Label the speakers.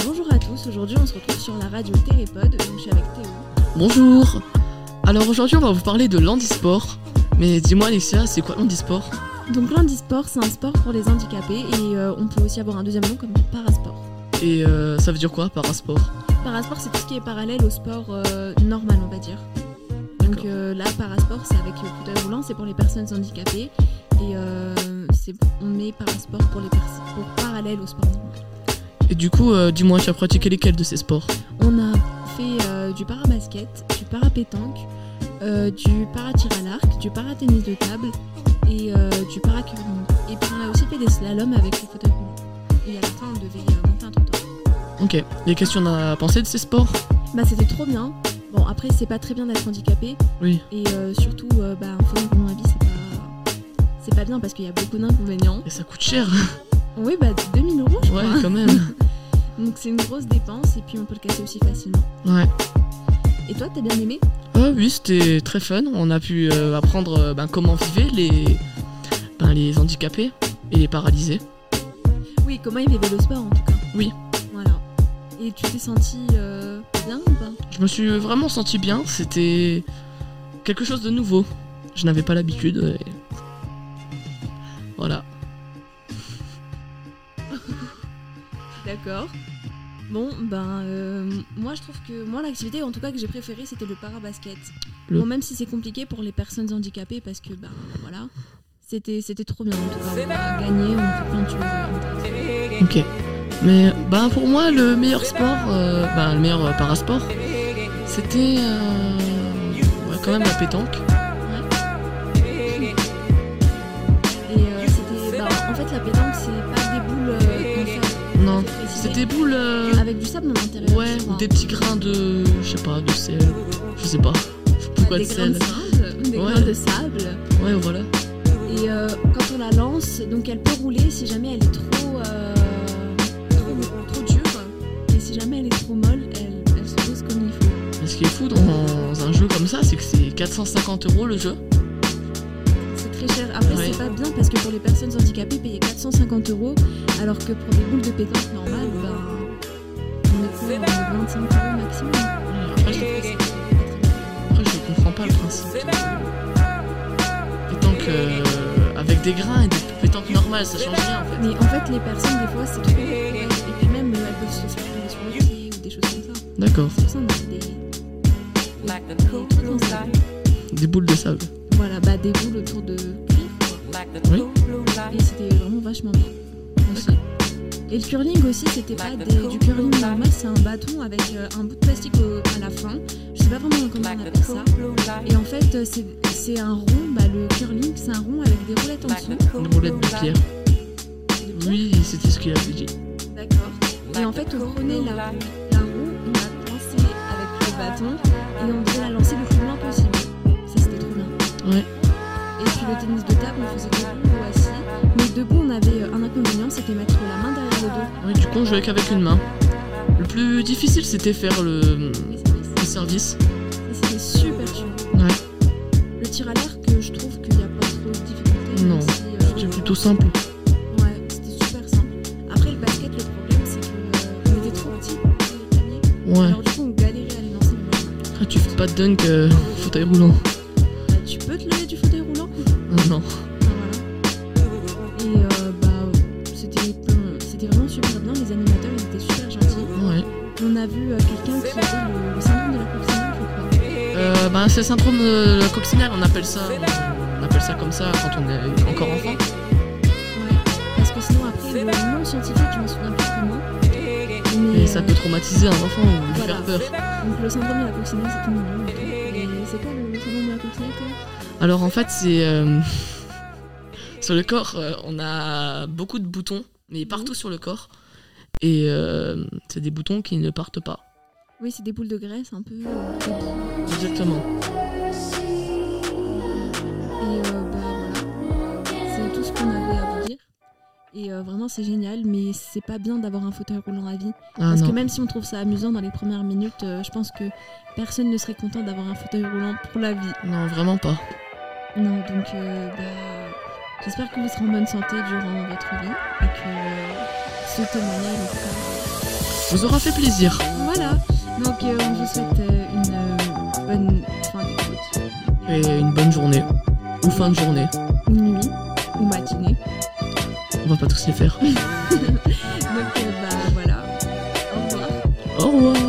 Speaker 1: podcast. Aujourd'hui, on se retrouve sur la radio Télépod, donc je suis avec Théo.
Speaker 2: Bonjour Alors aujourd'hui on va vous parler de l'handisport. Mais dis-moi Alexia, c'est quoi l'handisport
Speaker 1: Donc l'handisport, c'est un sport pour les handicapés et euh, on peut aussi avoir un deuxième nom comme le parasport.
Speaker 2: Et euh, ça veut dire quoi parasport
Speaker 1: Parasport, c'est tout ce qui est parallèle au sport euh, normal, on va dire. Donc
Speaker 2: D'accord.
Speaker 1: euh, là, parasport, c'est avec le fauteuil roulant, c'est pour les personnes handicapées et euh, c'est- on met parasport pour les pers- pour parallèle au sport normal.
Speaker 2: Et du coup, euh, dis-moi, tu as pratiqué lesquels de ces sports
Speaker 1: On a fait euh, du parabasket, du parapétanque, euh, du paratir à l'arc, du paratennis de table et euh, du paracurling. Et puis on a aussi fait des slaloms avec les fauteuils roulants. Et à la fin, on devait euh, monter un trottoir.
Speaker 2: Ok. Et qu'est-ce qu'on a pensé de ces sports
Speaker 1: Bah c'était trop bien. Bon après c'est pas très bien d'être handicapé
Speaker 2: Oui.
Speaker 1: et euh, surtout euh, bah un fauteuil roulant à vie c'est pas c'est pas bien parce qu'il y a beaucoup d'inconvénients.
Speaker 2: Et ça coûte cher
Speaker 1: Oui bah 2000 euros je
Speaker 2: Ouais,
Speaker 1: crois.
Speaker 2: quand même
Speaker 1: Donc c'est une grosse dépense et puis on peut le casser aussi facilement.
Speaker 2: Ouais.
Speaker 1: Et toi t'as bien aimé
Speaker 2: Euh, oui, c'était très fun. On a pu euh, apprendre euh, ben, comment vivaient les... ben, les handicapés et les paralysés.
Speaker 1: Oui, comment il vivait le sport en tout cas.
Speaker 2: Oui.
Speaker 1: Voilà. Et tu t'es senti euh, bien ou pas
Speaker 2: Je me suis vraiment senti bien. C'était quelque chose de nouveau. Je n'avais pas l'habitude. et- Voilà.
Speaker 1: D'accord. Bon, ben, euh, moi je trouve que moi l'activité en tout cas que j'ai préférée c'était le parabasket.
Speaker 2: Le-
Speaker 1: Bon, même si c'est compliqué pour les personnes handicapées parce que ben voilà, c'était c'était trop bien en tout cas. On a gagné, on a fait plein de choses.
Speaker 2: Ok. Mais bah pour moi le meilleur sport, euh, bah, le meilleur euh, parasport, c'était euh, ouais, quand même la pétanque.
Speaker 1: Et euh, c'était, ben, en fait la pétanque c'est pas des boules euh, qu'on fait,
Speaker 2: Non,
Speaker 1: faut préciser,
Speaker 2: c'était des boules, euh,
Speaker 1: avec du sable à l'intérieur.
Speaker 2: ouais,
Speaker 1: je crois.
Speaker 2: ou des petits grains de, je sais pas, de sel, je sais pas. Pourquoi
Speaker 1: des
Speaker 2: de
Speaker 1: grains
Speaker 2: sel
Speaker 1: de sable, des
Speaker 2: Ouais.
Speaker 1: grains de sable.
Speaker 2: Ouais, voilà.
Speaker 1: Et euh, quand on la lance, donc elle peut rouler si jamais elle est trop, euh, trop, trop dure. Et si jamais elle est trop molle, elle, elle se pose comme il faut.
Speaker 2: Mais ce qui est fou dans un jeu comme ça, c'est que c'est 450 euros le jeu.
Speaker 1: C'est très cher. Après,
Speaker 2: Ouais.
Speaker 1: c'est pas bien parce que pour les personnes handicapées, payer 450 euros, alors que pour des boules de pétanque normales, ben, on est quoi, on est 25 euros maximum.
Speaker 2: Et Après je, après, je comprends pas le principe. Pétanque euh, avec des grains et des pétanques normales, ça change rien en fait.
Speaker 1: Mais en fait, les personnes, des fois, c'est trop. ouais. Et puis même, euh, elles peuvent se faire tomber sur le pied ou des choses comme ça.
Speaker 2: D'accord.
Speaker 1: C'est pour ça qu'on a des-
Speaker 3: Like the
Speaker 1: des
Speaker 3: cool
Speaker 1: trucs
Speaker 3: blue
Speaker 1: en sable.
Speaker 3: light,
Speaker 2: Des boules de sable.
Speaker 1: Voilà, bah des boules autour de cuir, quoi.
Speaker 3: like the
Speaker 2: Oui.
Speaker 3: cool blue
Speaker 1: Et
Speaker 3: light,
Speaker 1: Ah c'était vraiment vachement bien. Aussi. Et le curling aussi, c'était pas des- du curling normal, c'est un bâton avec euh, un bout de plastique au- à la fin. Je sais pas vraiment comment
Speaker 3: like
Speaker 1: on
Speaker 3: the
Speaker 1: appelle
Speaker 3: cool
Speaker 1: ça.
Speaker 3: blue light,
Speaker 1: Et en fait, euh, c'est c'est un rond, bah, le curling, c'est un rond avec des roulettes en
Speaker 3: like
Speaker 1: dessous.
Speaker 3: the cool
Speaker 2: Une
Speaker 3: blue
Speaker 2: roulette de
Speaker 3: light,
Speaker 2: pierre.
Speaker 1: de pierre.
Speaker 2: Oui, c'était ce qu'il avait dit.
Speaker 1: D'accord. Et en
Speaker 3: like
Speaker 1: fait,
Speaker 3: the
Speaker 1: on
Speaker 3: cool
Speaker 1: prenait
Speaker 3: blue
Speaker 1: la, la
Speaker 3: light.
Speaker 1: roue, on la lançait avec le bâton et on devait la lancer le plus loin possible. Ça, c'était trop bien.
Speaker 2: Ouais.
Speaker 1: Et puis le tennis de table, on faisait debout ou assis. Mais debout, on avait euh, un inconvénient, c'était mettre la main derrière le dos.
Speaker 2: Oui, du coup, on jouait qu'avec une main. Le plus difficile, c'était faire le,
Speaker 1: Mais ça, mais
Speaker 2: le service.
Speaker 1: Et C'était super dur.
Speaker 2: Ouais.
Speaker 1: Le tir à l'arc, euh, je trouve qu'il n'y a pas trop de difficultés.
Speaker 2: Non,
Speaker 1: même si,
Speaker 2: C'était
Speaker 1: euh,
Speaker 2: plutôt simple.
Speaker 1: Ouais, c'était super simple. Après, le basket, le problème, c'est que euh, on était trop petits pour les paniers.
Speaker 2: Ouais.
Speaker 1: Alors, du coup, on galérait à les lancer. Mais,
Speaker 2: Ah, tu fais pas de dunk euh, en fauteuil roulant.
Speaker 1: bah, tu peux te lever du fauteuil roulant
Speaker 2: Ah, non.
Speaker 1: Enfin, voilà. Et euh, bah, c'était plein- c'était vraiment super bien. Les animateurs, ils étaient super gentils.
Speaker 2: Ouais.
Speaker 1: On a vu euh, quelqu'un qui avait le, le syndrome de la coccinelle, je crois.
Speaker 2: Euh, ben, c'est le syndrome de la coccinelle, on appelle ça. On appelle ça comme ça quand on est encore enfant.
Speaker 1: Ouais, parce que sinon, après, le nom scientifique, je m'en souviens plus comment.
Speaker 3: Euh,
Speaker 1: Mais,
Speaker 2: Et ça peut traumatiser un enfant ou lui
Speaker 1: voilà.
Speaker 2: faire peur.
Speaker 1: Donc le syndrome de la coccinelle, c'est tout mignon. et tout. Et c'est quoi le syndrome de la hein coccinelle toi
Speaker 2: Alors en fait, c'est. euh, sur le corps, euh, on a beaucoup de boutons, mais partout sur le corps. Et euh, c'est des boutons qui ne partent pas.
Speaker 1: Oui, c'est des boules de graisse un peu. euh,
Speaker 2: Exactement.
Speaker 1: Et euh, bah voilà, c'est tout ce qu'on avait à vous dire. Et euh, vraiment, c'est génial, mais c'est pas bien d'avoir un fauteuil roulant à vie.
Speaker 2: Ah
Speaker 1: Parce
Speaker 2: non.
Speaker 1: que même si on trouve ça amusant dans les premières minutes, euh, je pense que personne ne serait content d'avoir un fauteuil roulant pour la vie.
Speaker 2: Non, vraiment pas.
Speaker 1: Non, donc euh, bah, j'espère que vous serez en bonne santé durant votre vie et que euh, ce témoignage en tout cas,
Speaker 2: vous aura fait plaisir.
Speaker 1: Voilà. Donc, euh, on vous souhaite euh, une euh, bonne fin d'écoute,
Speaker 2: Et une bonne journée. Ou fin de journée.
Speaker 1: une nuit ou matinée.
Speaker 2: On va pas tous les faire.
Speaker 1: Donc, euh, bah voilà. Au revoir.
Speaker 2: Au revoir.